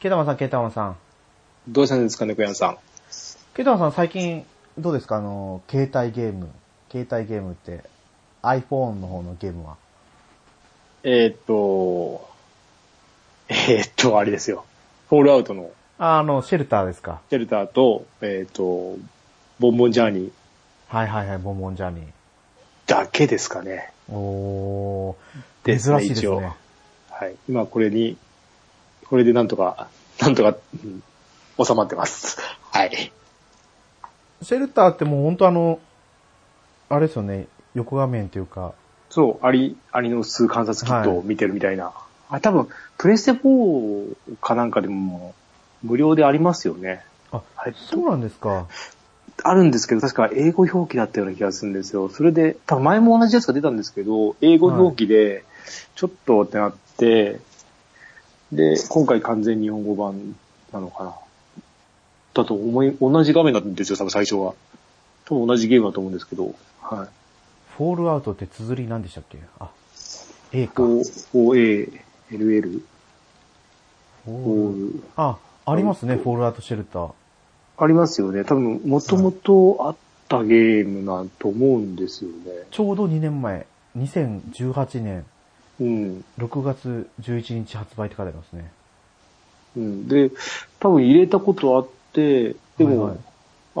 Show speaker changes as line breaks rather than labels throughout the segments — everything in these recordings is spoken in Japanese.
ケイタマンさん、ケイタマンさん。
どうしたんですかね、小山さん。
ケイタマンさん、最近、どうですかあの、携帯ゲーム。携帯ゲームって、iPhone の方のゲームは。
えーっと、えーっと、あれですよ。フォールアウトの
ああの、シェルターですか。
シェルターと、えーっと、ボンボンジャーニー
はいはいはい、ボンボンジャーニ
だけですかね。
ー。おー、
です
珍
ね
しいです
一応
ね。
はい。今これに、これでなんとか、なんとか、うん収まってます。はい。
シェルターってもうほんとあの、あれですよね、横画面というか、
そう、アリ、アリの数観察キットを見てるみたいな。あ、多分、プレステ4かなんかでも、無料でありますよね。
あ、
はい。
そうなんですか。
あるんですけど、確か英語表記だったような気がするんですよ。それで、多分前も同じやつが出たんですけど、英語表記で、ちょっとってなって、で、今回完全日本語版なのかな。だと思い、同じ画面なんですよ、多分最初は。多分同じゲームだと思うんですけど、はい。
フォールアウトって綴り何でしたっけあ、A か。
O、OA、LL、
フォール
O、
あ、ありますね、フォールアウトシェルター。
ありますよね。多分、もともとあったゲームなと思うんですよね。
ちょうど2年前、2018年
うん。
6月11日発売って書いてありますね。
うん、で、多分入れたことあって、でも、
はいはい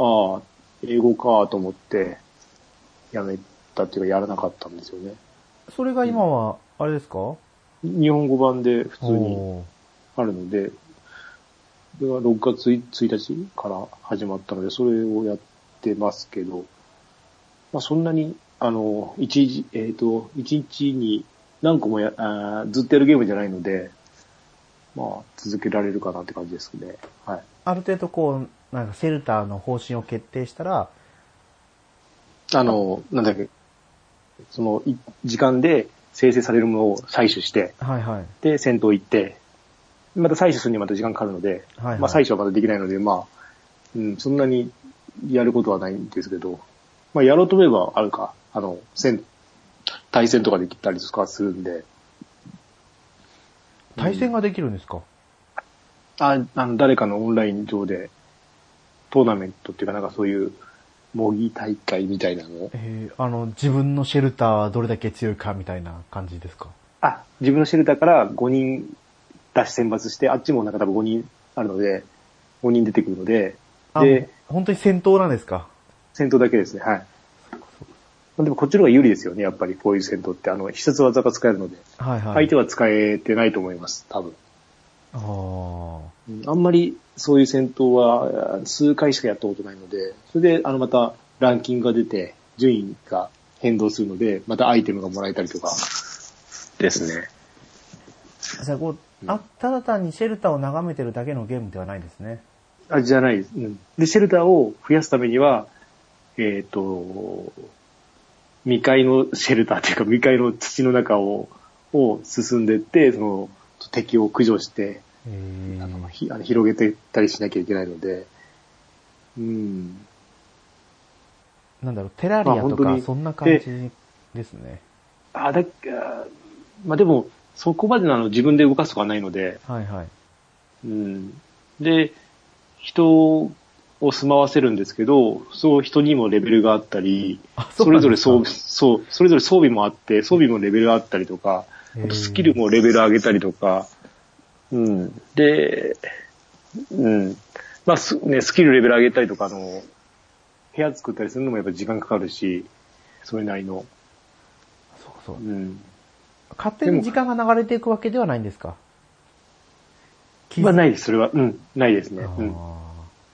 ああ、英語かと思って、やめたっていうかやらなかったんですよね。
それが今は、あれですか普
日本語版で普通にあるので、それは6月1日から始まったので、それをやってますけど、まあそんなに、あの、一日、えっ、と、一日に何個もやあーずっとやるゲームじゃないので、まあ続けられるかなって感じですね。はい。
ある程度こう、なんかシェルターの方針を決定したら、
あの、なんだっけ、その、い時間で生成されるものを採取して、
はいはい。
で、戦闘行って、また採取するにまた時間かかるので、
はいはい
まあ採取はまたできないので、まあ、うん、そんなにやることはないんですけど、まあやろうと思えばあるか、あの、戦、対戦とかできたりとかするんで、
対戦ができるんですか、
ああの誰かのオンライン上で、トーナメントっていうかなんかそういう模擬大会みたいなのを
えー、あの、自分のシェルターはどれだけ強いかみたいな感じですか
あ、自分のシェルターから5人出し選抜して、あっちもなんか多分5人あるので、5人出てくるので、
あ
で、
本当に戦闘なんですか
戦闘だけですね、はい。まあでもこっちの方が有利ですよね、やっぱりこういう戦闘って。あの、必殺技が使えるので、
はいはい。
相手は使えてないと思います、多分。
あー
うんあんまりそういう戦闘はあ数回しかやったことないので、それであのまたランキングが出て、順位が変動するので、またアイテムがもらえたりとか。ですね。
じゃあこう、あ、ただ単にシェルターを眺めてるだけのゲームではないんですね。
あ、じゃないです。うん。で、シェルターを増やすためには、えっ、と、未開のシェルターというか未開の土の中を、を進んでって、その、敵を駆除して、
えー、
あのひあの広げていったりしなきゃいけないので、うん。
なんだろう、テラリアと
まあ本当
か、
に
そんな感じですね。
あ、だっけ、まあ、でも、そこまでなの自分で動かすとかないので、
はいはい。
うん。で、人を住まわせるんですけど、そう人にもレベルがあったり、
あ
それぞれそう、
す
そう、それぞれ装備もあって、装備もレベルがあったりとか、
へー
あとスキルもレベル上げたりとか、うん。で、うん。まあ、すね、スキルレベル上げたりとか、あの、部屋作ったりするのもやっぱ時間かかるし、それなりの。
そうそうう。
ん。
勝手に時間が流れていくわけではないんですか気
まあ、
い。
ないです、それは。うん、ないですね。
あ
うん。
ー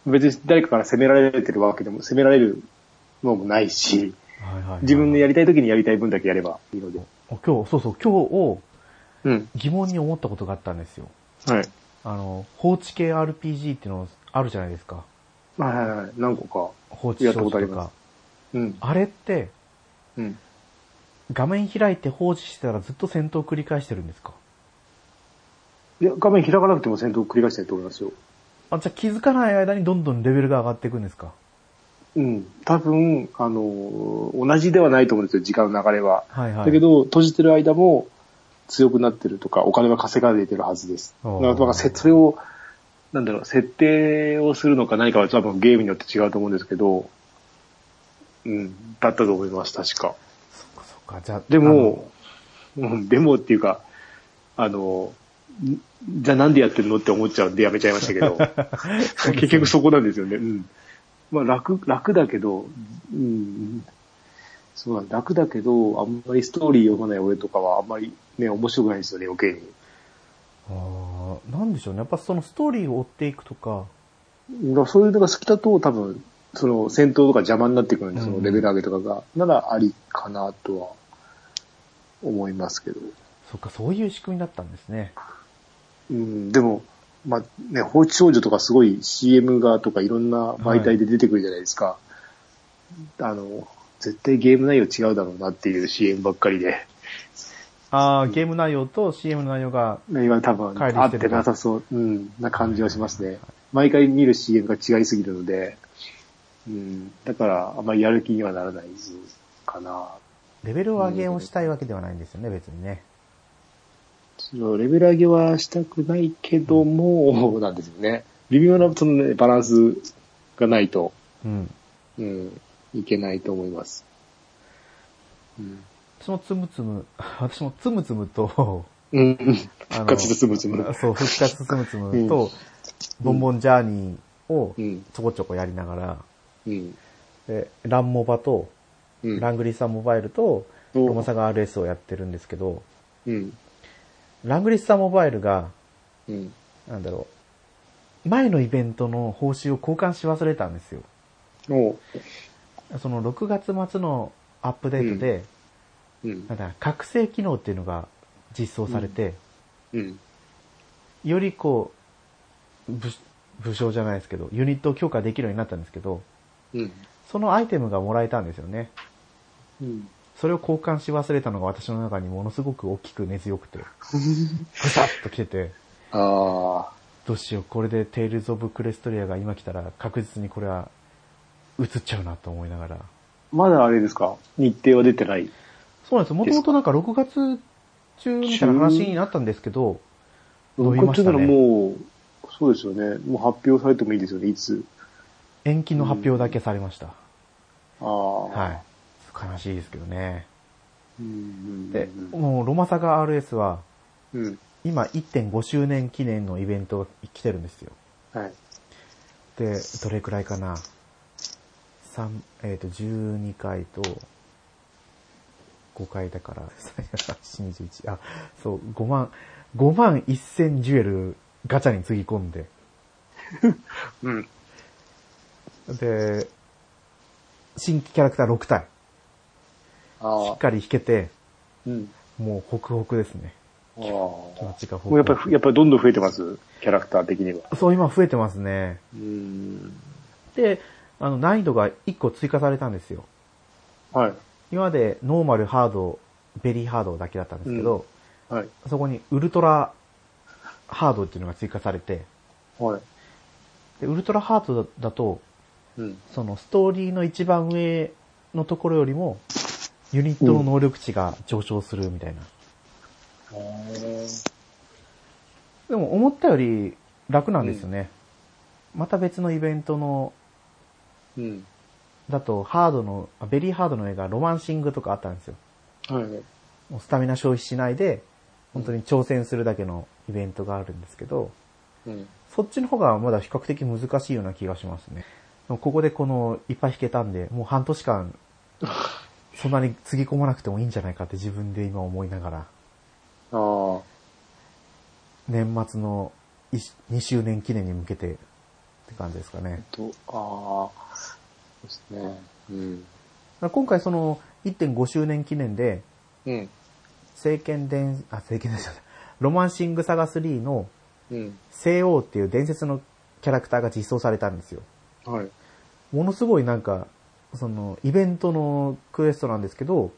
別に誰かから責められてるわけでも、責められるのもないし、
はいはいはい
自分のやりたい時にやりたい分だけやればいいので。
お今日、そうそう、今日を
うん。
疑問に思ったことがあったんですよ。
はい。
あの、放置系 RPG っていうのあるじゃないですか。
はいはいはい。何個か。
放置装置
や
と
ったことありま
か
す。うん。
あれって、
うん。
画面開いて放置してたらずっと戦闘を繰り返してるんですか
いや、画面開かなくても戦闘を繰り返したいと思いますよ。
あ、じゃあ気づかない間にどんどんレベルが上がっていくんですか
うん。多分、あのー同じではないと思うんですよ、時間の流れは。
はいはい。
だけど、閉じてる間も強くなってるとか、お金は稼がれてるはずです。
あ
だ
ー
から、せそれをなんだろう、設定をするのか何かは多分ゲームによって違うと思うんですけど、うん、だったと思います、確か。
そっかそっか、じゃあ
でも、うんでもっていうか、あの、んじゃあなんでやってるのって思っちゃうんでやめちゃいましたけ ど、結局そこなんですよね。うん。まあ楽、楽だけど、うん、そうなん楽だけど、あんまりストーリー読まない俺とかはあんまりね、面白くないんですよね、余計に。
あのあーなんでしょうね。やっぱそのストーリーを追っていくとか、
だからそういうのが好きだと多分、その戦闘とか邪魔になってくるんで、そのレベル上げとかが、ならありかなとは思いますけど。
そっか、そういう仕組みだったんですね。
うん、でも、まあね、放置少女とかすごい CM がとかいろんな媒体で出てくるじゃないですか。あの、絶対ゲーム内容違うだろうなっていう CM ばっかりで、
ああ、ゲーム内容と CM の内容が、
今多分
乖離してる
合ってなさそう、うん、な感じはしますね。毎回見る CM が違いすぎるので、うん、だからあまりやる気にはならないかな。
レベルを上げをしたいわけではないんですよね、別にね。
そのレベル上げはしたくないけども、 なんですよね。微妙なその、ね、バランスがないと
うん。
うん、いけないと思います。うん。
私もつむつむ、 私もつむつむと、
うん。
あの
復活つむつ む。
そう、復活つむつむと、ボンボンジャーニーを
うん。
ちょこちょこやりながら、
うん。
でランモバと、
うん。
ラングリーサーモバイルと、
うん
ロマサガ RS をやってるんですけど、
うん。
ラングリッサーモバイルが、
うん。
なんだろう、前のイベントの報酬を交換し忘れたんですよ。
おう。
その6月末のアップデートで、
うん
な。んだ、覚醒機能っていうのが実装されて、
うん。
よりこう、武武将じゃないですけど、ユニットを強化できるようになったんですけど、
うん。
そのアイテムがもらえたんですよね。
うん。
それを交換し忘れたのが私の中にものすごく大きく根強く て、ぐさっと来てて、
あ
どうしよう、これでテイルズ・オブ・クレストリアが今来たら確実にこれは映っちゃうなと思いながら。
ー。まだあれですか日程は出てない。
そうなんですよ。もともとなんか6月中みたいな話になったんですけど、伸び
僕
ま
って
し
い
た
うのは
ね。
もう、そうですよね。もう発表されてもいいですよね、いつ。
延期の発表だけされました。
ああ。
はい。悲しいですけどね。
い。うん。
で、もうロマサガ RS は
うん。
今1.5周年記念のイベントが来てるんですよ。
はい。
で、どれくらいかな。三えっ、と、12回と、5回だから、21あ、 そう、5万、5万1000ジュエルガチャにつぎ込んで、
うん。
で、新規キャラクター6体、し
あ
っ
あ。
かり引けて、
うん。
もうホクホクですね。
ああ。も
気持ちがホ
う
ク
や
ホ
っぱ
ク。
り、やっぱりどんどん増えてます。キャラクター的には。
そう、今増えてますね。
うん。
で、あの、難易度が1個追加されたんですよ。
はい。
今までノーマル、ハード、ベリーハードだけだったんですけど、
はい。
そこにウルトラハードっていうのが追加されて、
はい。
でウルトラハードだと、
うん。
そのストーリーの一番上のところよりも、ユニットの能力値が上昇するみたいな。でも思ったより楽なんですよね。また別のイベントの、
うん。
だとハードの、あベリーハードの映画ロマンシングとかあったんですよ。
はい。
もうスタミナ消費しないで、本当に挑戦するだけのイベントがあるんですけど、
うん。
そっちの方がまだ比較的難しいような気がしますね。でもここでこの、いっぱい弾けたんで、もう半年間、そんなにつぎ込まなくてもいいんじゃないかって自分で今思いながら、
ああ。
年末の2周年記念に向けてって感じですかね。
と、ああ。そうですね。うん。
だから今回その1.5周年記念で、
うん。
聖剣伝、あ、聖剣伝説じゃないロマンシングサガ3の
うん。
西王っていう伝説のキャラクターが実装されたんですよ。
はい。
ものすごいなんか、その、イベントのクエストなんですけど、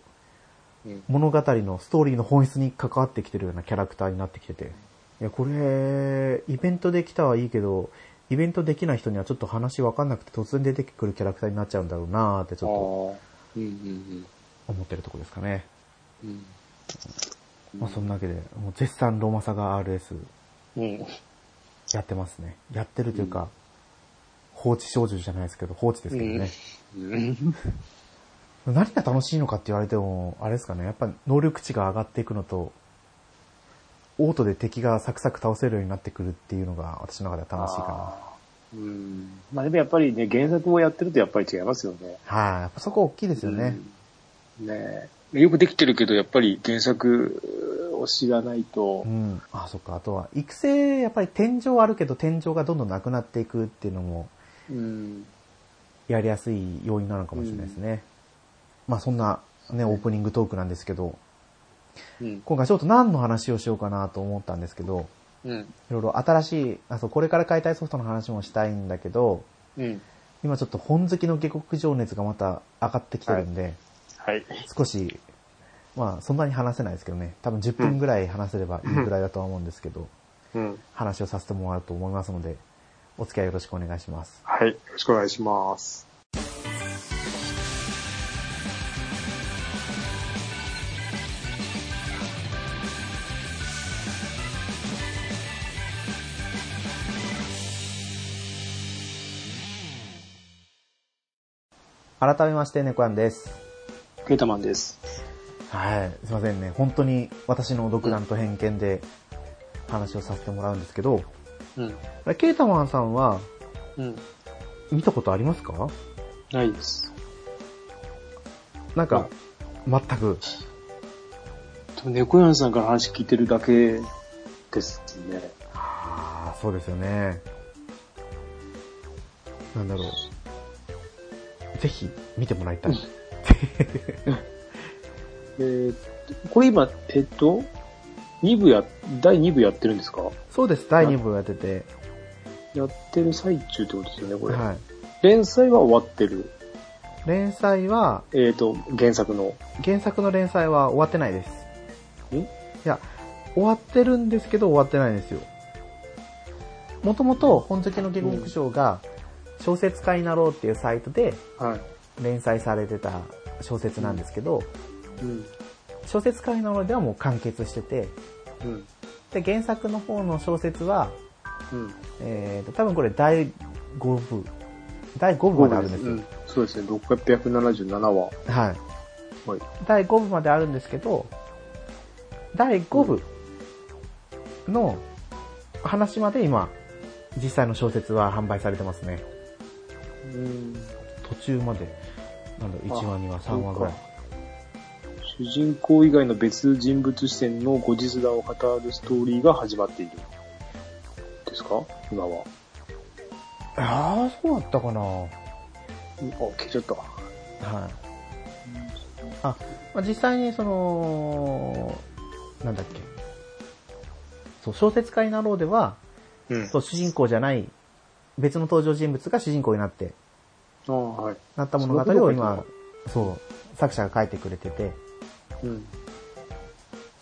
うん。
物語のストーリーの本質に関わってきてるようなキャラクターになってきてて。いや、これ、イベントできたはいいけど、イベントできない人にはちょっと話わかんなくて突然出てくるキャラクターになっちゃうんだろうなーってち
ああ
ょっ。
うんうん
と思ってるとこですかね。
うん。うん。
まあそんなわけで、もう絶賛ロマサガ RS
うん。
やってますね。やってるというか、放置少女じゃないですけど、放置ですけどね。
うん。
何が楽しいのかって言われても、あれですかね、やっぱ能力値が上がっていくのと、オートで敵がサクサク倒せるようになってくるっていうのが私の中では楽しいか
うん。まあでもやっぱりね、原作をやってるとやっぱり違いますよね。
な。はい、やっぱそこ大きいですよね。
うん。ねえよくできてるけど、やっぱり原作を知らないと
う、ん。あ、そっか。あとは、育成、やっぱり天井あるけど天井がどんどんなくなっていくっていうのも、
うん。
やりやすい要因なのかもしれないですね。まあそんな、ね、オープニングトークなんですけど、
うん。
今回ちょっと何の話をしようかなと思ったんですけど、
うん。
いろいろ新しい、あそう、これから解体ソフトの話もしたいんだけど、
うん。
今ちょっと本好きの下克情熱がまた上がってきてるんで、
はい。
少し、まあそんなに話せないですけどね、多分10分ぐらい話せればいいぐらいだとは思うんですけど、
うん。
話をさせてもらうと思いますので、お付き合いよろしくお願いします。
はい。よろしくお願いします。
改めまして、猫やんです。
ケータマンです。
はい、すいませんね。本当に私の独断と偏見で話をさせてもらうんですけど、
うん。
あれケータマンさんは
うん。
見たことありますか
ないです。
なんか、全く。
でも猫屋さんから話聞いてるだけですね。
ああ、そうですよね。なんだろう。ぜひ見てもらいたい。
えーこれ今、えっと、2部や、第2部やってるんですか
そうです、第2部やってて。
やってる最中ってことですよね、これ。
はい。
連載は終わってる。
連載は、
えっ、と、原作の。
原作の連載は終わってないです。
ん
いや、終わってるんですけど終わってないんですよ。もともと、本好きの下克上が、小説家になろうっていうサイトで
はい。
連載されてた小説なんですけど、
うん。
小説家になろうではもう完結してて、
うん。
で、原作の方の小説は、
うん。
えーと、多分これ第5部、第5部まであるんですよ。
うん。そうですね、677話。は
はい。
い。
第5部まであるんですけど、第5部の話まで今、実際の小説は販売されてますね。
うん。
途中まで、なんだろう、1話、2話、3話ぐらい。
主人公以外の別人物視点の後日談を語るストーリーが始まっている。ですか今は。
ああ、そうだったかなは
うんあ、消えちゃった。
い。あ、まあ、実際にその、なんだっけ。そう、小説家になろうでは、
うん。
そう、主人公じゃない、別の登場人物が主人公になって、
あはい。
なった物
そんな
語
こ
を
とが書
今、
い
そう、作者が書いてくれてて、
うん。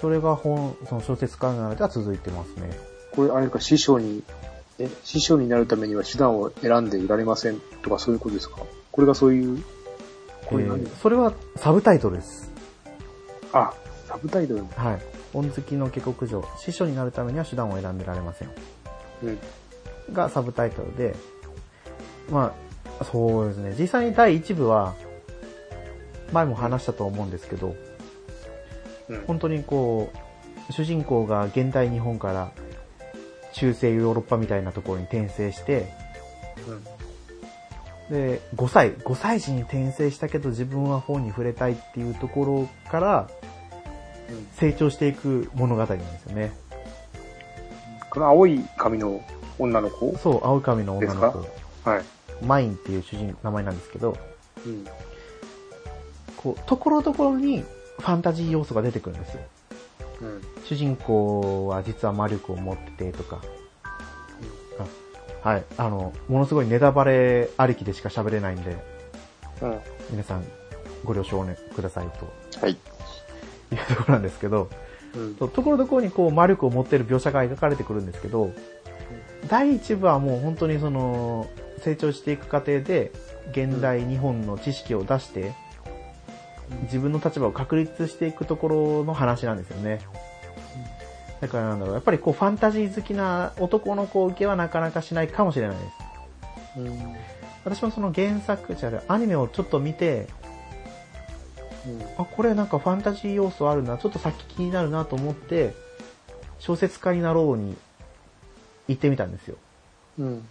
それが本、その小説家になるが続いてますね。
これ、あれか、師匠に、え、師匠になるためには手段を選んでいられませんとかそういうことですかこれがそういう、これ何、
えーそれはサブタイトルです。
あ、サブタイトルの。
はい。本好きの下克上、師匠になるためには手段を選んでられません。
うん。
がサブタイトルで、まあ、そうですね。実際に第1部は、前も話したと思うんですけど、
うん。
本当にこう、主人公が現代日本から中世ヨーロッパみたいなところに転生して、
うん
で、5歳、5歳児に転生したけど自分は本に触れたいっていうところから
うん
成長していく物語なんですよね。
この青い髪の女の子
そう、青い髪の女の
で
子、
はい。
マインっていう主人、名前なんですけど、
うん。
こう、ところどころにファンタジー要素が出てくるんですよ。
うん。
主人公は実は魔力を持っててとか、あはい、あの、ものすごいネタバレありきでしか喋れないんで、
うん。は
皆さんご了承ねください
い。
というところなんですけど、
うん。
そうところどころにこう魔力を持ってる描写が描かれてくるんですけど、第1部はもう本当にその成長していく過程で現代日本の知識を出して
うん
自分の立場を確立していくところの話なんですよね。だからなんだろう、やっぱりこうファンタジー好きな男の子受けはなかなかしないかもしれないです。
うん。うん。
私もその原作じゃあるアニメをちょっと見て、あ、これなんかファンタジー要素あるな、ちょっと先気になるなと思って、小説家になろうに行ってみたんですよ。
うん。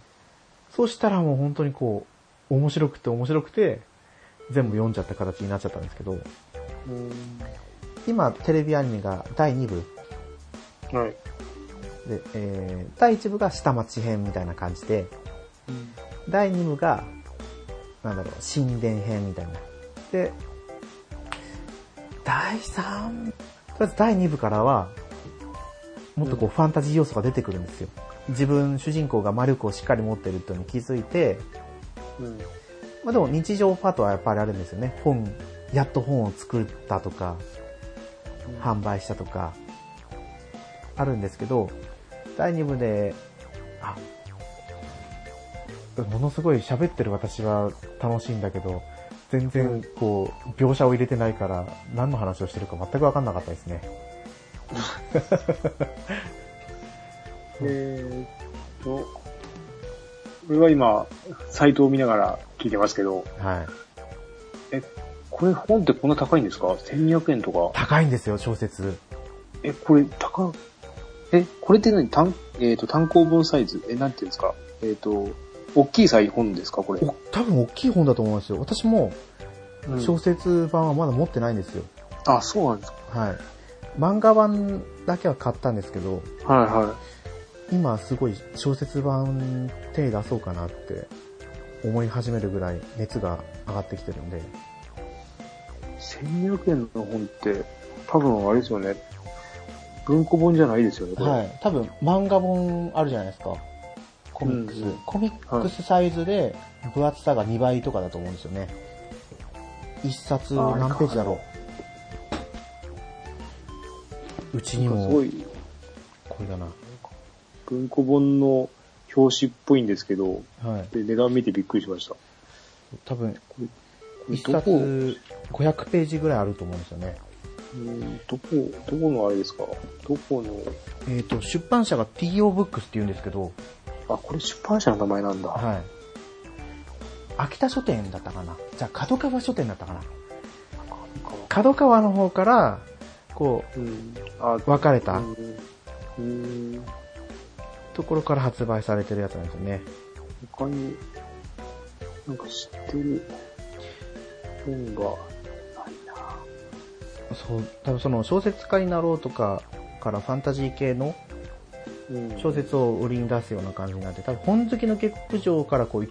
そうしたらもう本当にこう、面白くて面白くて、全部読んじゃった形になっちゃったんですけど、
うん。
今テレビアニメが第2部
はい。
で、えー、第1部が下町編みたいな感じで、
うん。
第2部が、なんだろう、神殿編みたいな。で、第3、とりあえず第2部からは、もっとこうファンタジー要素が出てくるんですよ。自分、主人公が魔力をしっかり持ってるっていうのに気づいて、
うん。
まあでも日常パートはやっぱりあるんですよね。本、やっと本を作ったとか、販売したとか、あるんですけど、第2部で、あ、ものすごい喋ってる私は楽しいんだけど、全
う
然
ん
こう、描写を入れてないから、何の話をしてるか全くわかんなかったですね。
えーっと、俺は今、サイトを見ながら聞いてますけど、
はい。
これ本ってこんな高いんですか ?1200 円とか。
高いんですよ、小説。
え、これ高、え、これって何単、えーっと、単行本サイズえ、なんていうんですかえーっと、大きいサイ本ですかこれ。
お多分大きい本だと思いますよ。私も
うん
小説版はまだ持ってないんですよ。
あ、そうなんです
はい。漫画版だけは買ったんですけど、
かはいは
今すごい小説版手出そうかなって思い始めるぐらい熱が上がってきてるんで、
い。1200円の本って、多分あれですよね。文庫本じゃないですよね、これ。
い。多分漫画本あるじゃないですか。コミックス。
うんうん
コミックスサイズで分厚さが2倍とかだと思うんですよね。一冊何ページだろう。うちに
なんかすご
も、
い、
これだな。
文庫本の表紙っぽいんですけど、
はい。
で値段見てびっくりしました。
多分、
これ
一
どこ、
冊500ページぐらいあると思うんですよね。
うんどこ、どこのあれですかどこの、
えっ、と、出版社が TO Books って言うんですけど、
あ、これ出版社の名前なんだ。
はい。秋田書店だったかなじゃあ、角川書店だったかな角川の方から、こ
うん。あ、
う、分かれた
うんうん。
ところから発売されてるやつなんですよね。
他に、なんか知ってる本がないな。
そう、多分その小説家になろうとかからファンタジー系の
うん
小説を売りに出すような感じになって、多分本好きの結局上からこう、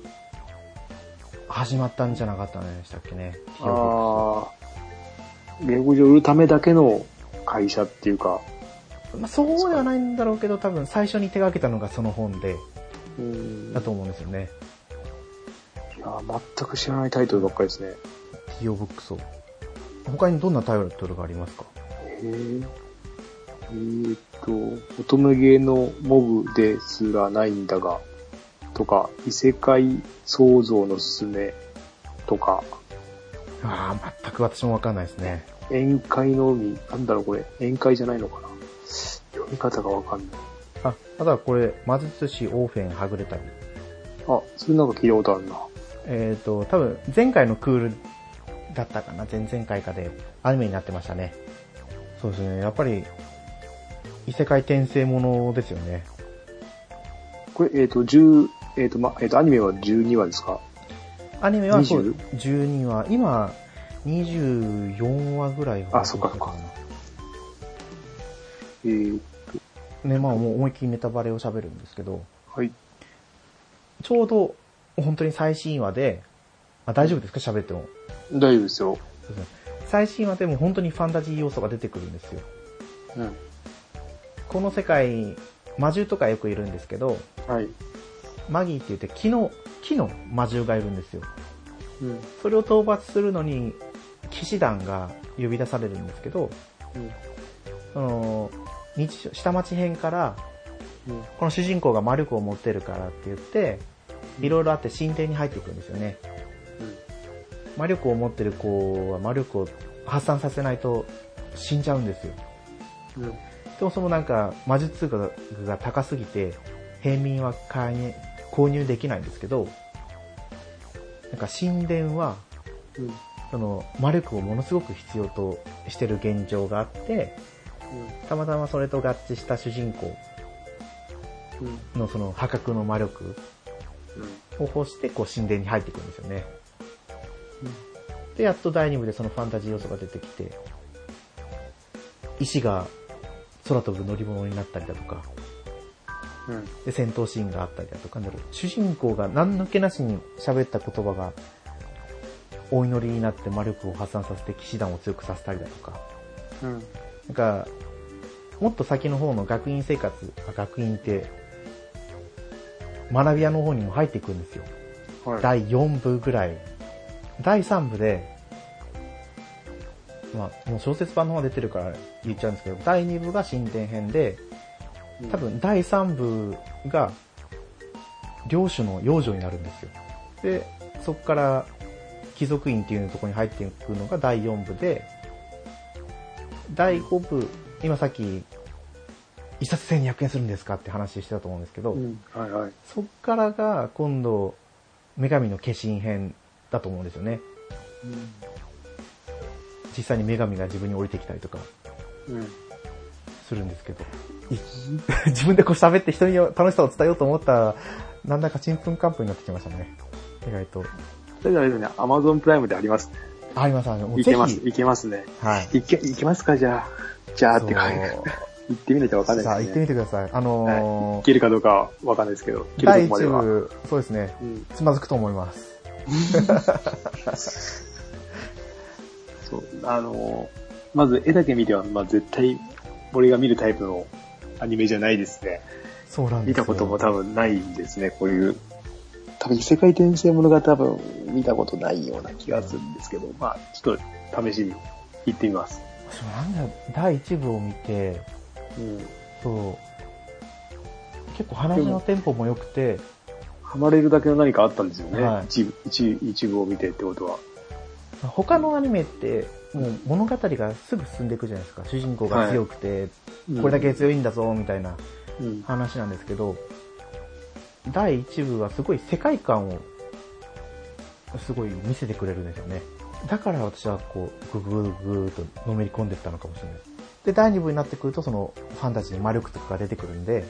始まったんじゃなかったんでしたっけね。
ああ、言語上売るためだけの会社っていうか、
まあ、そうではないんだろうけど、多分最初に手がけたのがその本で、
うん
だと思うんですよね。
いやー、全く知らないタイトルばっかりですね。
企業ブックスを。他にどんなタイトルがありますか
へーえーっと、乙女芸のモブですらないんだが、とか、異世界創造のすすめとか、
ああ、全く私もわかんないですね。
宴会の海、なんだろうこれ、宴会じゃないのかな読み方がわかんない。
あ、あとはこれ、魔術師オーフェンはぐれ旅。
あ、それなんか聞いたことあるな。
えっ、ー、と、多分前回のクールだったかな前々回かでアニメになってましたね。そうですね。やっぱり、異世界転生ものですよね。
これ、えーっと、10、えーっと、ま、えーっと、アニメは12話ですか
アニメはそう
20
12話、今24話ぐらい
あそっかそっかえー、
ね、まあもう思いっきりネタバレを喋るんですけど、
はい。
ちょうど本当に最新話で、あ大丈夫ですか喋っても。
大丈夫ですよ。
そうですね最新話でも本当にファンタジー要素が出てくるんですよ。
うん。
この世界、魔獣とかよくいるんですけど、
はい。
マギーって言って木の、木の魔獣がいるんですよ。
うん。
それを討伐するのに、騎士団が呼び出されるんですけど、
うん。
その、日常、下町編から、
うん。
この主人公が魔力を持ってるからって言って、いろいろあって神殿に入っていくんですよね。魔力を持ってる子は魔力を発散させないと死んじゃうんですよ。
うん。うん。
とそもそもなんか魔術通貨がが高すぎて、平民は買いに購入できないんですけど、なんか神殿は、
うん。
その魔力をものすごく必要としてる現状があって、たまたまそれと合致した主人公
うん。うん。
のその破格の魔力を欲して、こう神殿に入っていくんですよね。で、やっと第2部でそのファンタジー要素が出てきて、石が空飛ぶ乗り物になったりだとか、
うん。うん。
で、戦闘シーンがあったりだとかなる。主人公が何の気なしに喋った言葉が、お祈りになって魔力を破産させて騎士団を強くさせたりだとか、
うん。
なんか、もっと先の方の学院生活、あ学院って、学び屋の方にも入っていくんですよ。
はい。
第4部ぐらい、第3部で、まあ、もう小説版の方が出てるから言っちゃうんですけど、第2部が神殿編で、多分第3部が、領主の養女になるんですよ。で、そこから、貴族院っていうところに入っていくのが第4部で、第5部、今さっき、一冊1200円するんですかって話してたと思うんですけど、
うん。はいはい。
そっからが今度、女神の化身編だと思うんですよね。実際に女神が自分に降りてきたりとか
うん。うん。
するんですけど。い 自分でこう喋って人に楽しさを伝えようと思ったら、なんだかちんぷんかんぷんになってきましたね。意外と。
それであれですね、アマゾンプライムであります。
あります、ありますもう
い
ぜ
け
ひ。
ます、いけますね。
はい。
いけ、いけますか、じゃあ。じゃあって書いて。
そ
行ってみないとわかん
うさ
な
あ、
い
行
で
っ
す
てみ
ね。
てください。あ
はい。い
のー
けるかどうかはわかんないですけど、切
第
るとこまで
1
は。
部、そうですね。
うん。
つまずくと思います。
そう、あの、まず絵だけ見ては、まあ絶対、俺が見るタイプのアニメじゃないですね。
そうなんで
見
すよ
たことも多分ないですね、こういう。多分異世界転生ものが多分見たことないような気がするんですけど、まあちょっと試しに行ってみます。
私もなんだろう第1部を見て、
うん。
そう。結構話のテンポも良くて、
ハマれるだけの何かあったんですよね。
はい
一部一一部を見てってことは。
他のアニメって、もう物語がすぐ進んでいくじゃないですか。主人公が強くて、これだけ強いんだぞ、みたいな
うん。
話なんですけど、第1部はすごい世界観を、すごい見せてくれるんですよね。だから私はこう、ぐぐぐぐーっとのめり込んでったのかもしれないです。で、第2部になってくると、その、ファンタジー、魔力とかが出てくるんで、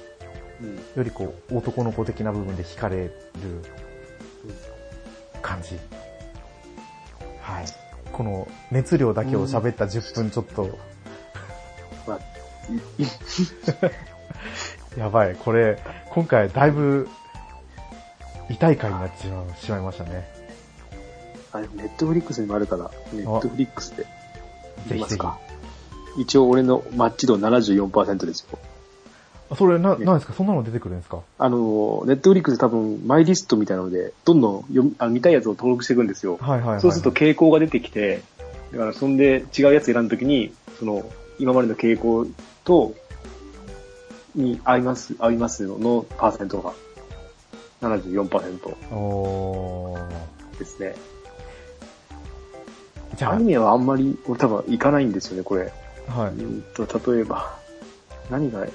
うん。
よりこう、男の子的な部分で惹かれる感じ。はい。この熱量だけを喋った10分ちょっと、
まあ、
やばい。これ、今回だいぶ、痛い回になってしまうしまいましたね。
あれ、ネットフリックスにもあるから、ネットフリックスで。
ぜひぜひ。あ。
一応俺のマッチ度74%ですよ。
それ、な、なんですかそんなの出てくるんですか
あの、ネットフリックス多分マイリストみたいなので、どんどん読みあの見たいやつを登録していくんですよ。
はいはいはいはい。
そうすると傾向が出てきて、だからそんで違うやつ選ぶときに、その、今までの傾向と、に合います、合いますののパーセントが74%
おー。
ですね。
じゃあ、
アニメはあんまり、俺多分いかないんですよね、これ。
は
う
い。
んと、例えば、何が、え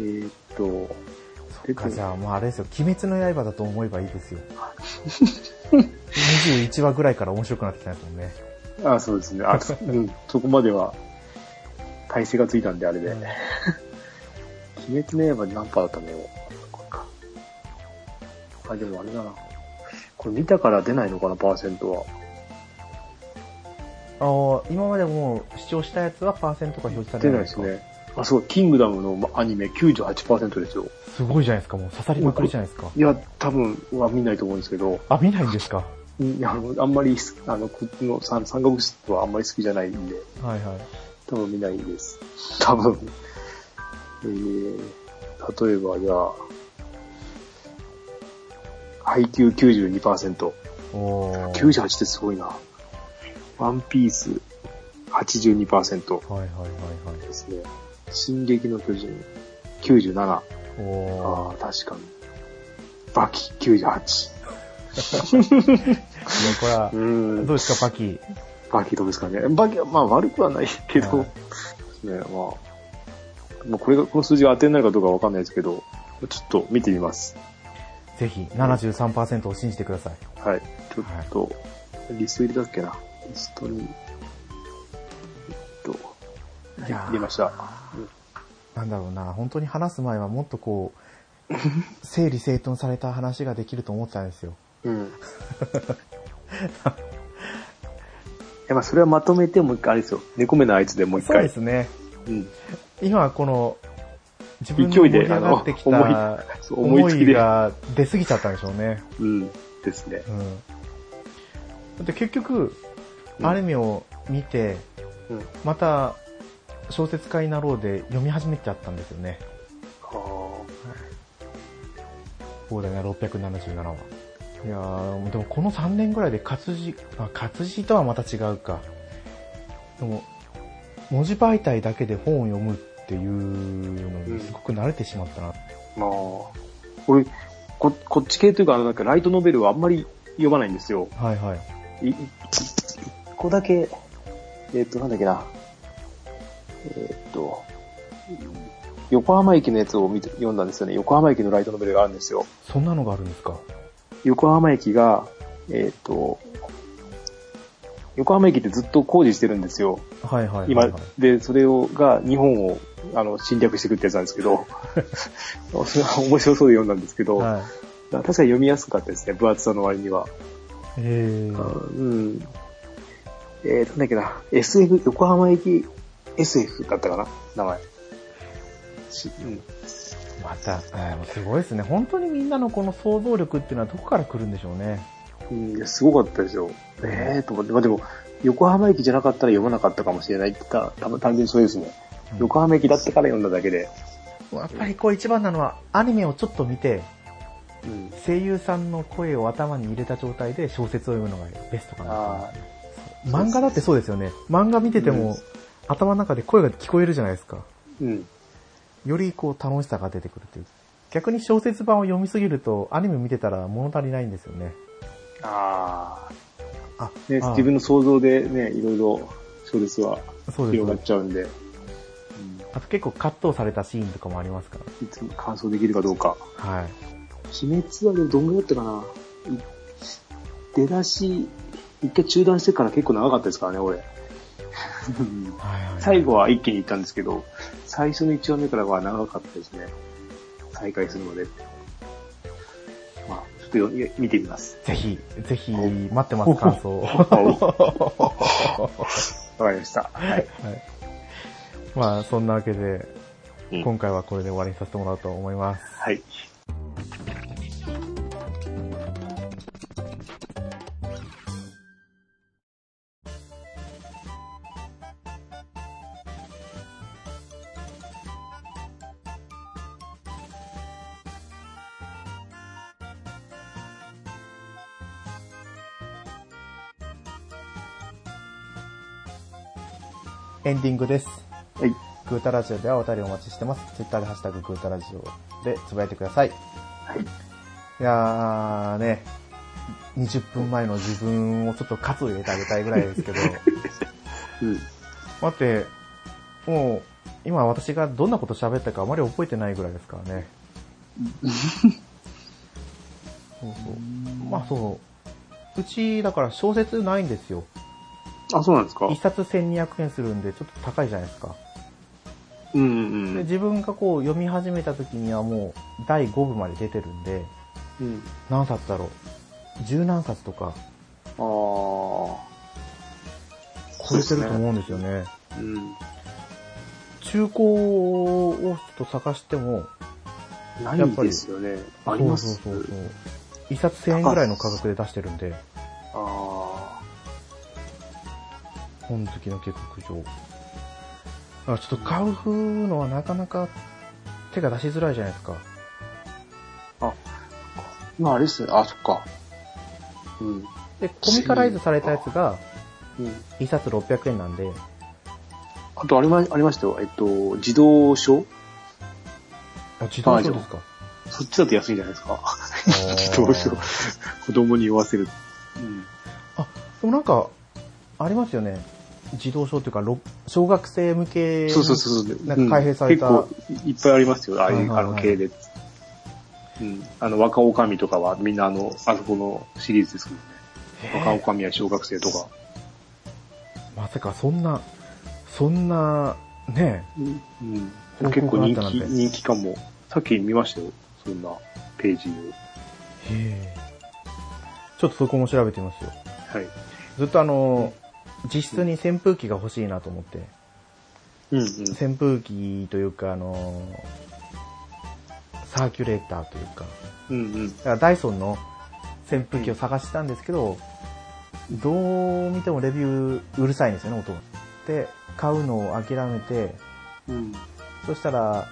ーっと、
そっか、じゃあもうあれですよ。鬼滅の刃だと思えばいいです よ。21話ぐらいから面白くなってきたんですもんね。
あ、そうですね。あ、そうん、そこまでは、体勢がついたんで、あれで。鬼滅の刃何パーだったのよ。これか。あ、でもあれだな。これ見たから出ないのかな、パーセントは。
あー今までもう視聴したやつはパーセントが表示され
出
る
ないですね。あ、そう、キングダムのアニメ98%ですよ。
すごいじゃないですか、もう刺さりまくりじゃないですか。
いや、多分は見ないと思うんですけど、
あ、見ないんですか
うんあのあんまり、あの、こっちの三三国志はあんまり好きじゃないんで、
はいはい。
多分見ないです。多分。えー、例えば、じゃあ、配給92%。
おー。
98ってすごいな。ワンピース82%
はいはいは
ですね。進撃の巨人97。あ
いはい。お
あ、確かに。バキ98。
ー。いや、これは
う、ん
どう。ですか、パキ。
バキどうですかね。バキは、まあ悪くはないけど、ですね。まあ、まあ、これが、この数字が当てになるかどうかわかんないですけど、ちょっと見てみます。
ぜひ73%を信じてください。
はい。ちょっと、リスト入りだっけな。リストに、えっと、
いやー
入れました。
なんだろうな、本当に話す前はもっとこう、 整理整頓された話ができると思ってたんですよ。
うん。いやまあ、それはまとめてもう一回、あれですよ。猫目のあいつでもう一
そうで
回。
すね。
うん。
今はこの、自分の
勢
盛
い
り上
で、あ
が
の
ってき、
思い
た、
そう思
思
いつき
い
で。
が出過ぎちゃったんでしょうね。
うん。ですね。
うん。だって結局、
うん
アルミを見て、
うん。
また小説家になろうで読み始めちゃったんですよね。
は
膨大な677は。いやーでもこの3年ぐらいで活字、まあ、活字とはまた違うか。でも、文字媒体だけで本を読むっていうのにすごく慣れてしまったな。
あ。まあ、俺、こ、こっち系というか、あの、なんか、ライトノベルはあんまり読まないんですよ。
はいはい。
い、い一個だけ、えっ、と、なんだっけな。えっ、と、横浜駅のやつを見て読んだんですよね。横浜駅のライトノベルがあるんですよ。
そんなのがあるんですか
横浜駅が、えっ、と、横浜駅ってずっと工事してるんですよ。
はいはいはい、は
今
い。、
で、それを、が、日本を、あの、侵略してくってやつなんです けど、それは面白そうで読んだんですけど、
はい。
確かに読みやすかったですね、分厚さの割には。
えー、
うん。えー、なんだっけな、SF、横浜駅 SF だったかな、名前。しうん、
また、えーすごいですね。本当にみんなのこの想像力っていうのはどこから来るんでしょうね。
うんいや、すごかったですよ。ええー、と思って、まあでも、横浜駅じゃなかったら読まなかったかもしれないってた、た単純にそうですね。横浜駅だってから読んだだけで。
やっぱりこう一番なのは、アニメをちょっと見て、
うん。
声優さんの声を頭に入れた状態で小説を読むのがベストかなと思いま
あ
す
あ、
漫画だってそうですよね。漫画見てても、
うん
頭の中で声が聞こえるじゃないですか。
うん。
よりこう楽しさが出てくるという。逆に小説版を読みすぎると、アニメ見てたら物足りないんですよね。
ああ。
あ、
ね、
ああ
自分の想像でね、いろいろ小説は
そうです
広
そ
が
う
っ
です。
ちゃうんで、
あと結構カットされたシーンとかもありますから。
うん、いつも感想できるかどうか。
はい。
鬼滅はでもどんぐらいだったかない出だし、一回中断してから結構長かったですからね、 俺。
はいはいはい
最後は一気に行ったんですけど、最初の1話目からは長かったですね。再開するまで。まあ、ちょっとよいや見てみ ます。
ぜひ、ぜひ、待ってます、感想を。は
わかりました。はい。
い。まあ、そんなわけで、
うん
今回はこれで終わりにさせてもらおうと思います。
はい。
エンディングです。
はい。
グータラジオではお便りお待ちしてます。ツイッターでハッシュタググータラジオでつぶやいてください。
はい。
いやーね、20分前の自分をちょっとカツを入れてあげたいぐらいです けど、
うん。
待って、もう、今私がどんなこと喋ったかあまり覚えてないぐらいですから ね。そうそう。まあそう。うち、だから小説ないんですよ。
あ、そうなんですか
一冊1200円するんで、ちょっと高いじゃないですか。
うんう
で
ん
自分がこう読み始めた時にはもう第5部まで出てるんで、
うん。うん。
何冊だろう。十何冊とか
ああ。こ
超えてると思うんですよね。
うん。
中古をちょっと探しても、
ないですよね。あります
そうそうそうそう。一冊1000円ぐらいの価格で出してるんで、
あ
本好きの計画上。あちょっと買うのはなかなか手が出しづらいじゃないですか。
あ。まあ、あれですね。あ、そっか。うん。
で、コミカライズされたやつが
うん。
一冊600円なんで、
あと、ありま、ありましたよ。えっと、自動書
あ、自動書ですか。
そっちだと安いじゃないですか。
自
動書子供に酔わせる。
あ、でもなんか、ありますよね。児童書というか、ろ小学生向けに
そうそうそうそう。
なんか開閉された
うん結構いっぱいありますよ、ああ、
はいいうはい
あ
はい
の系列。うん。あの、若女将とかはみんなあの、あそこのシリーズですもんね。若女将や小学生とか。
まさかそんな、そんな、ね
うん。うん
報告
結構人
があった
気、
なんて
人気かも。さっき見ましたよ、そんなページを。
え。へえちょっとそこも調べてみますよ。
はい。
ずっとあの、実質に扇風機が欲しいなと思って。
うんうん。
扇風機というか、あの、サーキュレーターというか。
うんうん。
だからダイソンの扇風機を探したんですけど、どう見てもレビューうるさいんですよね、音が。で、買うのを諦めて、
うん。
そしたら、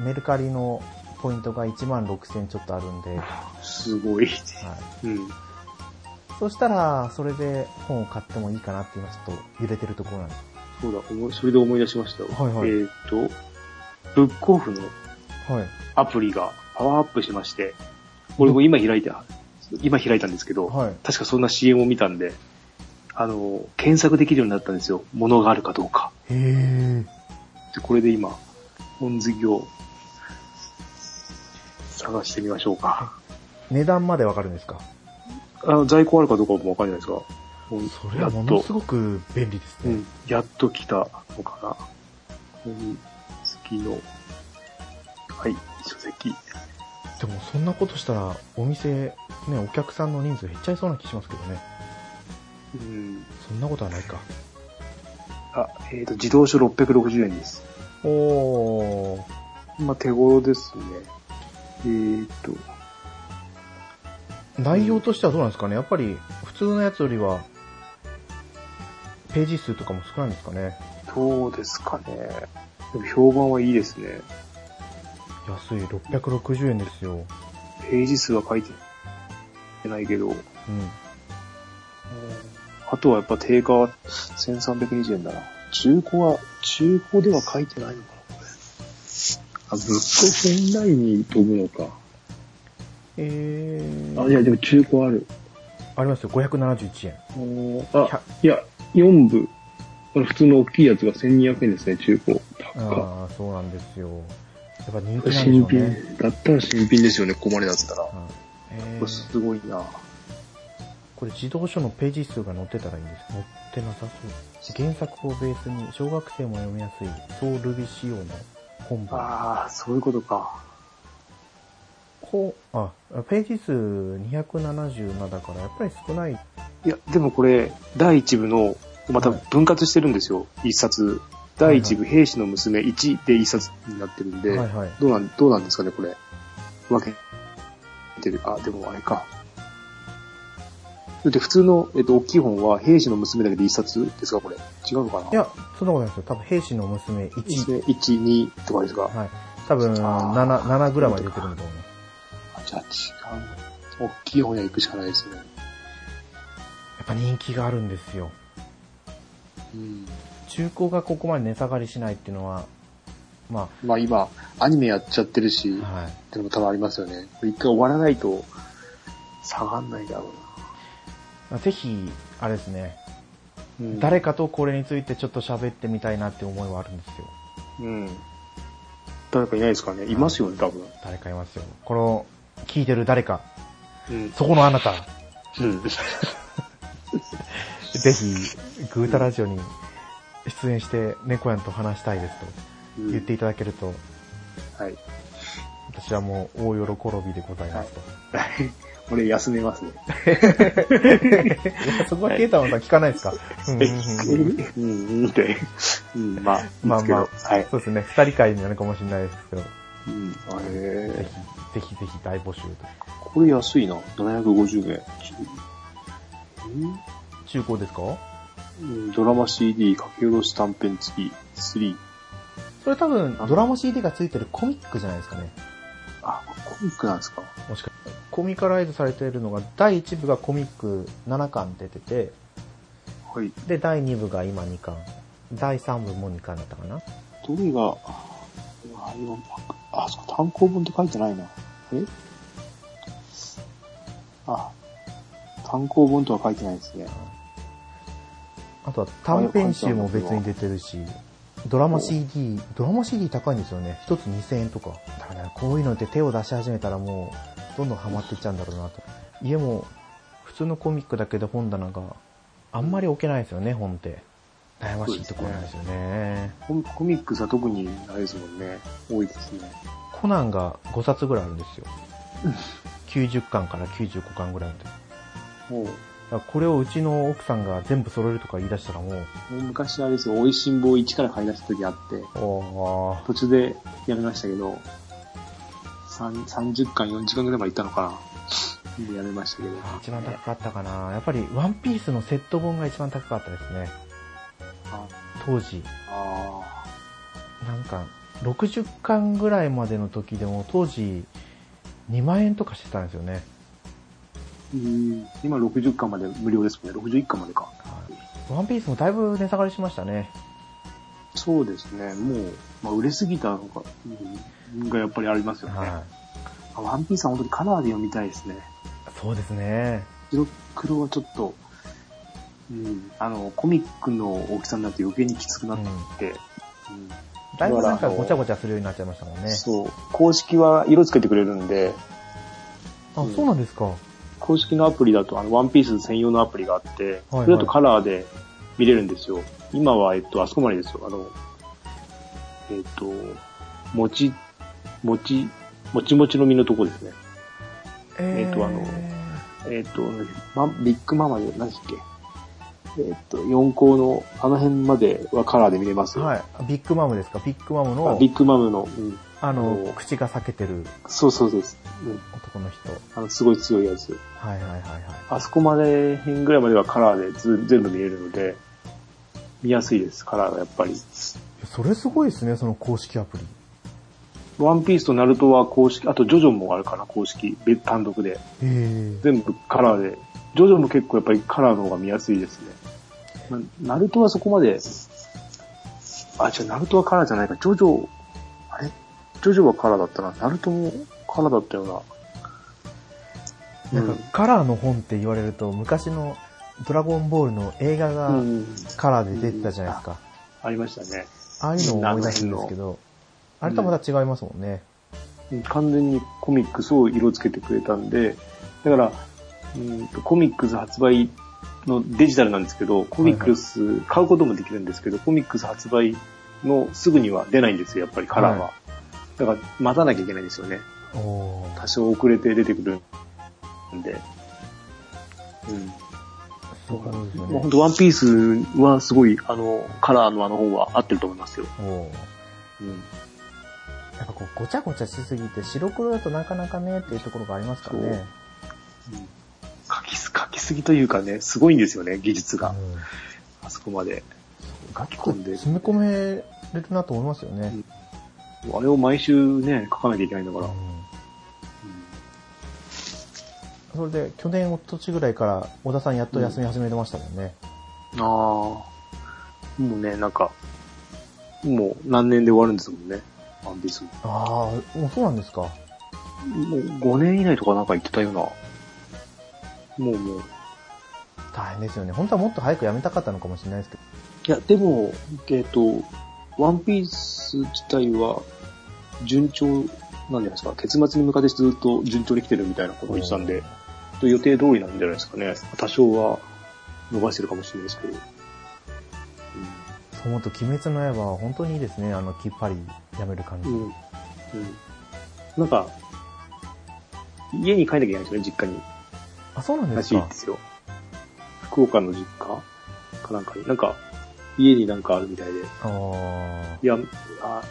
メルカリのポイントが1万6000ちょっとあるんで、は
すごい。
い。
うん。
そしたら、それで本を買ってもいいかなって今ちょっと揺れてるところなんです。
そうだ、思いそれで思い出しました。
はいはい
えーっ、と、ブックオフの
はい。
アプリがパワーアップしまして、俺も今開いて、今開いたんですけど、
はい。
確かそんな CM を見たんで、あの、検索できるようになったんですよ。物があるかどうか。
へえ。
で、これで今、本好きを探してみましょうか。
値段までわかるんですか
あの、在庫あるかどうかもわかんないですが、ほん
それ
や
は
っ
もの
と
す、ごく便利です
う
ね。
ん、やっと来たのかな。本好きの、はい、書籍。
でもそんなことしたら、お店、ね、お客さんの人数減っちゃいそうな気しますけどね。
うん
そんなことはないか。
あ、えっ、と、自動書660円です。
おー。
まあ、手頃ですね。えっ、と、
内容としてはどうなんですかねやっぱり普通のやつよりは、ページ数とかも少ないんですかね
どうですかね。でも評判はいいですね。
安い、660円ですよ。
ページ数は書いてないけど、
うん。
あとはやっぱ定価は1320円だな。中古は、中古では書いてないのかな、これ。あ、ぶっこオンラインに飛ぶのか。
えー、
あ、いや、でも中古ある。
ありますよ、571円。
おーあ、いや、4部。これ普通の大きいやつが1200円ですね、中古。高っ
ああ、そうなんですよ。やっぱ人気なんでし
新
ょう
品
ね。、
だったら新品ですよね、ここまでだったら。
うんえー、
ごいな
これ自動書のページ数が載ってたらいいんです載ってなさそう。原作をベースに小学生も読みやすいソウルビ仕様の本文。
ああ、そういうことか。
こう、あ、ページ数277だからやっぱり少ない。
いや、でもこれ、第1部の、また分割してるんですよ、一冊。第1部、兵士の娘1で一冊になってるんで、
はいはい。
どうなん、どうなんですかね、これ。分けてる。あ、でもあれか。だって普通の、えっと、大きい本は、兵士の娘だけで一冊ですか、これ。違うのかない
や、そんなことないですよ。多分、兵士の娘1。
娘1、2とかですか。
はい。多分、
あー
7、7ぐらいまで出てるんだと思う。
あじゃあ違う。大きい本屋行くしかないですね。
やっぱ人気があるんですよ。
うん
中古がここまで値下がりしないっていうのは、ま
まあ今、アニメやっちゃってるし、
あ、はい。
ってのも多分ありますよね。一回終わらないと、下がんないだろ
まあぜひ、あれですね、
うな。うん、
誰かとこれについてちょっと喋ってみたいなって思いはあるんですよ。
うん。誰かいないですかねいますよね、多分。
誰かいますよ。この、聞いてる誰か、
うん。
そこのあなた、
うん。
ぜひ、グータラジオに出演して、猫やんと話したいですと言っていただけると、
はい。
私はもう大喜びでございますと。
俺休めますね。
いや そこはケイタマンさん聞かないですか、うんうんうんうん
うん、うん、って。うん、まあ、
まあまあ
いいですけどはい。
そうですね、二人会になるかもしれないですけど、ぜ
うん、あれ
ひ、ぜひぜひ大募集と。
これ安いな。750円。うん
中古ですか
うんドラマ CD 書き下ろし短編付き3。
それ多分、ドラマ CD が付いてるコミックじゃないですかね。
あ、コミックなんですか
もしかしてコミカライズされているのが、第1部がコミック7巻出てて、
はい。
で、第2部が今2巻。第3部も2巻だったかな
どれが、あ、今、あ、そうか単行本って書いてないな。えあ、単行本とは書いてないですね。
あとは短編集も別に出てるし、ドラマ CD、ドラマ CD 高いんですよね。一つ2000円とか。だからね、こういうのって手を出し始めたらもう、どんどんハマってっちゃうんだろうなと。家も、普通のコミックだけで本棚があんまり置けないですよね、本って。悩ましいところなんですよね。
コミコミックスは特にあれですもんね。多いですね。
コナンが5冊ぐらいあるんですよ。90巻から95巻ぐらいまで。だか
もう、
らこれをうちの奥さんが全部揃えるとか言い出したらもう、
もう昔あれですよ、美味しんぼ1から買い出した時あって、
おー
途中でやめましたけど、さん30巻、40巻ぐらいまで行ったのかな。でやめましたけど。
一番高かったかな。やっぱりワンピースのセット本が一番高かったですね。
あ
当時。
あ
なんか、60巻ぐらいまでの時でも当時、2万円とかしてたんですよね。
ー。うん今60巻まで無料ですもんね。61巻までか。
ワンピースもだいぶ値下がりしましたね。
そうですね。もう、まあ、売れすぎたのか、うん、がやっぱりありますよね。
はい。
あワンピースは本当にカラーで読みたいですね。
そうですね。
白黒はちょっと、うん、あの、コミックの大きさになって余計にきつくなってきて、うん
だいぶなんかごちゃごちゃするようになっちゃいましたもんね。
そう。公式は色つけてくれるんで、
あ、
うん
そうなんですか。
公式のアプリだと、あの、ワンピース専用のアプリがあって、
はいはい
それだとカラーで見れるんですよ。今は、えっと、あそこまでですよ。あの、えっと、もち、もち、もちもちの実のとこですね。えーとあのえっと、ま、ビッグママで、何でしたっけ。えっと、4校の、あの辺まではカラーで見れますよ。
はい。ビッグマムですか。ビッグマム
あ
の、
ビッグマムの、うん、
あの
お、
口が裂けてる
そうそうそうです、うん。
男の人。
あの、すごい強いやつ。
はいはいはいはい。
あそこまで辺ぐらいまではカラーでず全部見れるので、見やすいです、カラーがやっぱり。
それすごいですね、その公式アプリ。
ワンピースとナルトは公式、あとジョジョもあるかな、公式、別単独で。
ええ
全部カラーで。ジョジョも結構やっぱりカラーの方が見やすいですね。まナルトはそこまで、あ、違う、ナルトはカラーじゃないか、ジョジョ、あれジョジョはカラーだったな、ナルトもカラーだったような。
なんかカラーの本って言われると、昔のドラゴンボールの映画
う
が
ん、うん、
カラーで出てたじゃないですか。
ありましたね。
ああいうのを思い出すんですけど、あれとはまた違いますもんね。
完全にコミックスを色付けてくれたんで、だから、うんとコミックス発売のデジタルなんですけど、コミックス買うこともできるんですけど、コミックス発売のすぐには出ないんですよ、やっぱりカラーは。
は
だから待たなきゃいけないんですよね。
おー
多少遅れて出てくるんで。うん。
すごいですよ
もう本
ね。
当ワンピースはすごい、あの、カラーのあの方は合ってると思いますよ。
おー
うん。
やっぱこう、ごちゃごちゃしすぎて、白黒だとなかなかね、っていうところがありますからね。
書きす、書きすぎというかね、すごいんですよね、技術が。
うん
あそこまで。書き込んで、
詰め込めれるなと思いますよね。
あれを毎週ね、書かなきゃいけないんだから。
それで、去年、おととしぐらいから、小田さんやっと休み始めてましたもんね。
ああ。もうね、なんか、もう何年で終わるんですもんね、ワンピースも。
ああ、もうそうなんですか。
もう5年以内とかなんか言ってたような。もうもう。
大変ですよね。本当はもっと早くやめたかったのかもしれないですけ
いや、でも、えっ、と、ワンピース自体は順調なんじゃないですか。結末に向かってずっと順調に来てるみたいなことを言ってたんで、予定通りなんじゃないですかね。多少は伸ばしてるかもしれないですけど。
ど、そう思うと、鬼滅の刃は本当にいいですね。あの、きっぱりやめる感
う
じ。
ん。うん。なんか、家に帰んなきゃいけないんですよね、実家に。
あ、そうなんで
ら
す
しい
か
で。すよ。福岡の実家かなんかに。なんか、家になんかあるみたいで。
ああ。
や、あ、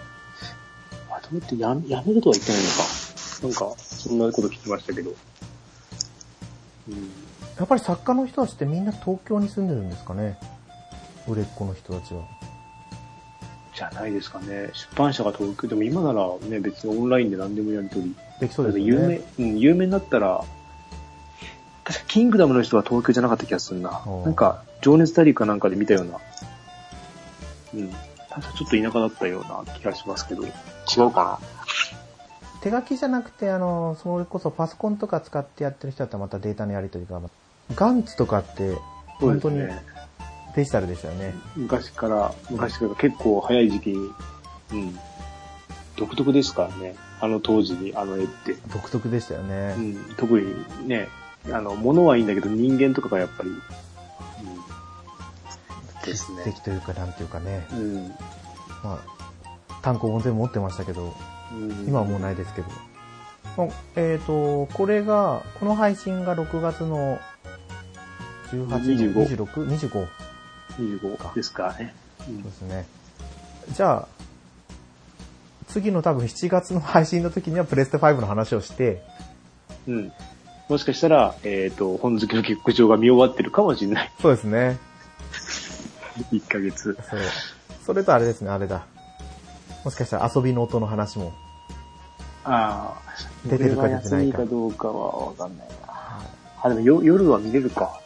まとめてややめるとは言ってないのか。なんか、そんなこと聞きましたけど。うん。
やっぱり作家の人たちってみんな東京に住んでるんですかね。売れっ子の人たちは。
じゃないですかね。出版社が東京でも今ならね、別にオンラインで何でもやりとり。
できそうです
有
よ
名
ね。、
うん、有名になったら、確かキングダムの人は東京じゃなかった気がするな
お。う
なんか、情熱大陸かなんかで見たような。うん。確かちょっと田舎だったような気がしますけど。違うか
手書きじゃなくて、あの、それこそパソコンとか使ってやってる人だったらまたデータのやり取りが、ガンツとかって、
そうで
本
す
当に
ね。
デジタルでしたよね。
昔から、昔から結構早い時期に、うん。独特ですからね。あの当時に、あの絵って。
独特でしたよね
う。ん、特にね、あの、物はいいんだけど人間とかがやっぱり、うん、です
奇
ね。
跡というか、なんていうかね。
うん。
まあ、単行本全部持ってましたけど、
うん
今はもうないですけど。まあえっ、と、これが、この配信が6月の18、
25
26、25。
25ですからね。うん
そうですね。じゃあ、次の多分7月の配信の時にはプレステ5の話をして、
うん。もしかしたら、えっ、と、本好きの結構上が見終わってるかもしれない。
そうですね。
1ヶ月。
そう。それとあれですね、あれだ。もしかしたら遊びの音の話も。
ああ、
出てるか出てないか
これが休みかどうかはわかんないな。あ、でもよ夜は見れるか。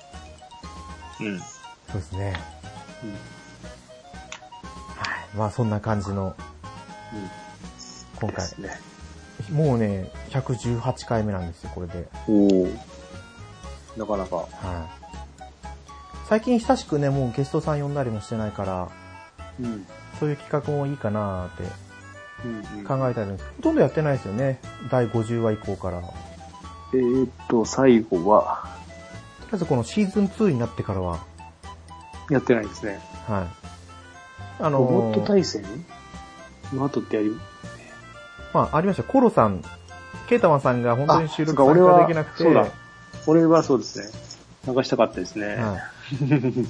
うん。
そうですね。はい。まあそんな感じの、今
で
回。
すね。
もうね、118回目なんですよ、これで。
おお。なかなか。
はい。最近久しくね、もうゲストさん呼んだりもしてないから、
うん。
そういう企画もいいかなーって
うんうん
考えたりもほとんどやってないですよね。第50話以降から。とり
えーっと、最後は、
あえずこのシーズン2になってからは、
やってないですね。
はい。あ
ロボ
の
ッ
ー
ト対戦の後ってやり、
まあ、ありました。コロさん、ケータマンさんが本当に収
そう
録
か
参
俺
加
は
できなくて、
そうだ。俺はそうですね。流したかったですね。
はい。
うん。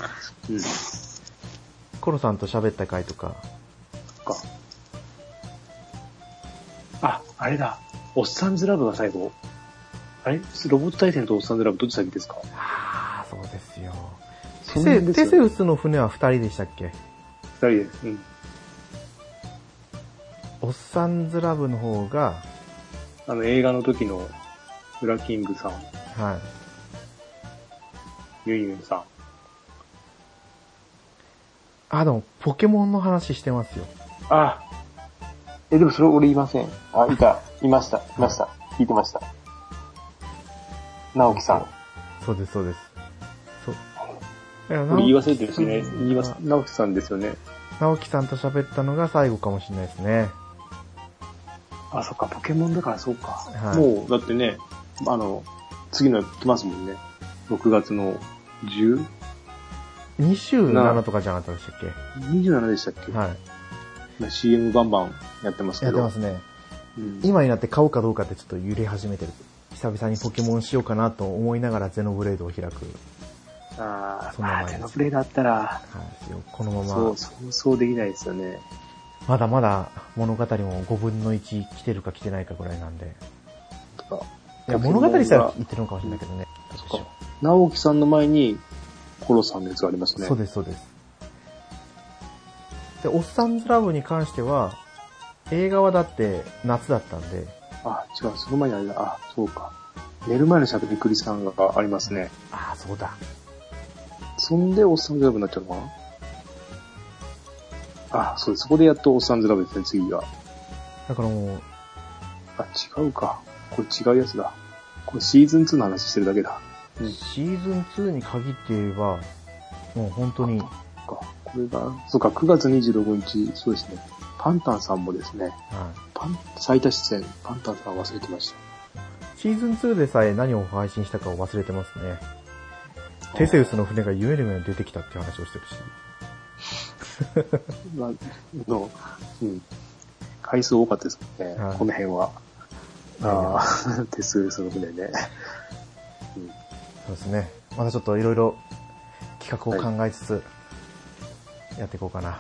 コロさんと喋った回とか、
か。あ、あれだ。おっさんずラブが最後。あれロボット対戦とおっさんずラブどっち先ですか
ああ、そうですよ。
そ
テセ
うです
ウ
よ
テセウスの船は二人でしたっけ
二人です。うん。
おっさんずラブの方が、
あの、映画の時の、ブラキングさん、
はい。
ユンユンさん。
あ、でも、ポケモンの話してますよ。
あ、え、でもそれ俺いません。あ、いた。いました。いました。聞いてました。直樹さん。
そうです、そうです。そう。だから
俺言い忘れてるしね。
直樹さん
言い忘れ、直樹さんですよね。
直樹さんと喋ったのが最後かもしれないですね。
あ、そっか、ポケモンだからそうか。
はい
もう、だってね、あの、次の来ますもんね。6月の 10?
27とかじゃなかったでしたっけ
27でしたっけ、
はい。
まあ ?CM バンバンやってますけ
やっ
ど。
てますね。
うん
今になって買おうかどうかってちょっと揺れ始めてる。久々にポケモンしようかなと思いながらゼノブレードを開く。
あ
そ
ー
んな前
まあ、
です
テノプレイだったら、
はいですよ。このま
そ
ま
う、、そう、そうできないですよね。
まだまだ物語も5分の1来てるか来てないかぐらいなんで。
とか
いや、
ポケ
物
モンが
語自体は言ってるのかもしれないけどね。
そっか直樹さんの前に、コロさんのやつがありますね。
そうです、そうです。で、おっさんずラブに関しては、映画はだって夏だったんで、
あ、違う、その前にあれだ。あ、そうか。寝る前のしゃべりくりさんがありますね。
ああ、そうだ。
そんで、おっさんずラブになっちゃうのかなあ、そうです。そこでやっとおっさんずラブですね、次が。
だからもう、
あ、違うか。これ違うやつだ。これシーズン2の話してるだけだ。うん
シーズン2に限って言えば、もう本当に、は
か。これが、そうか、9月26日、そうですね。パンタンさんもですね、パン、最多出演、パンタンさん忘れてまし
い、シーズン2でさえ何を配信したかを忘れてますね。
た。
テセウスの船が夢でも出てきたっていう話をしてるし。
まあの、うん。回数多かったですもんね、
はい
この辺は。あ あ、手数その船ね。
そうですね。またちょっといろいろ企画を考えつつ、やっていこうかな。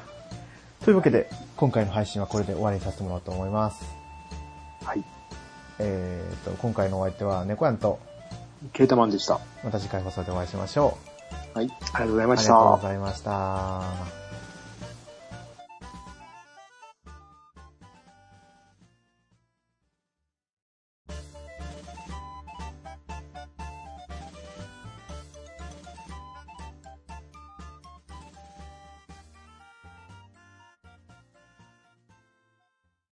というわけで、今回の配信はこれで終わりにさせてもらおうと思います。
はい。
えー、と、今回のお相手は猫やんと、
ケータマンでした。
また次回放送でお会いしましょう。
はい。ありがとうござい
あ
ま
り
し
がとう
た
ご。ざいました。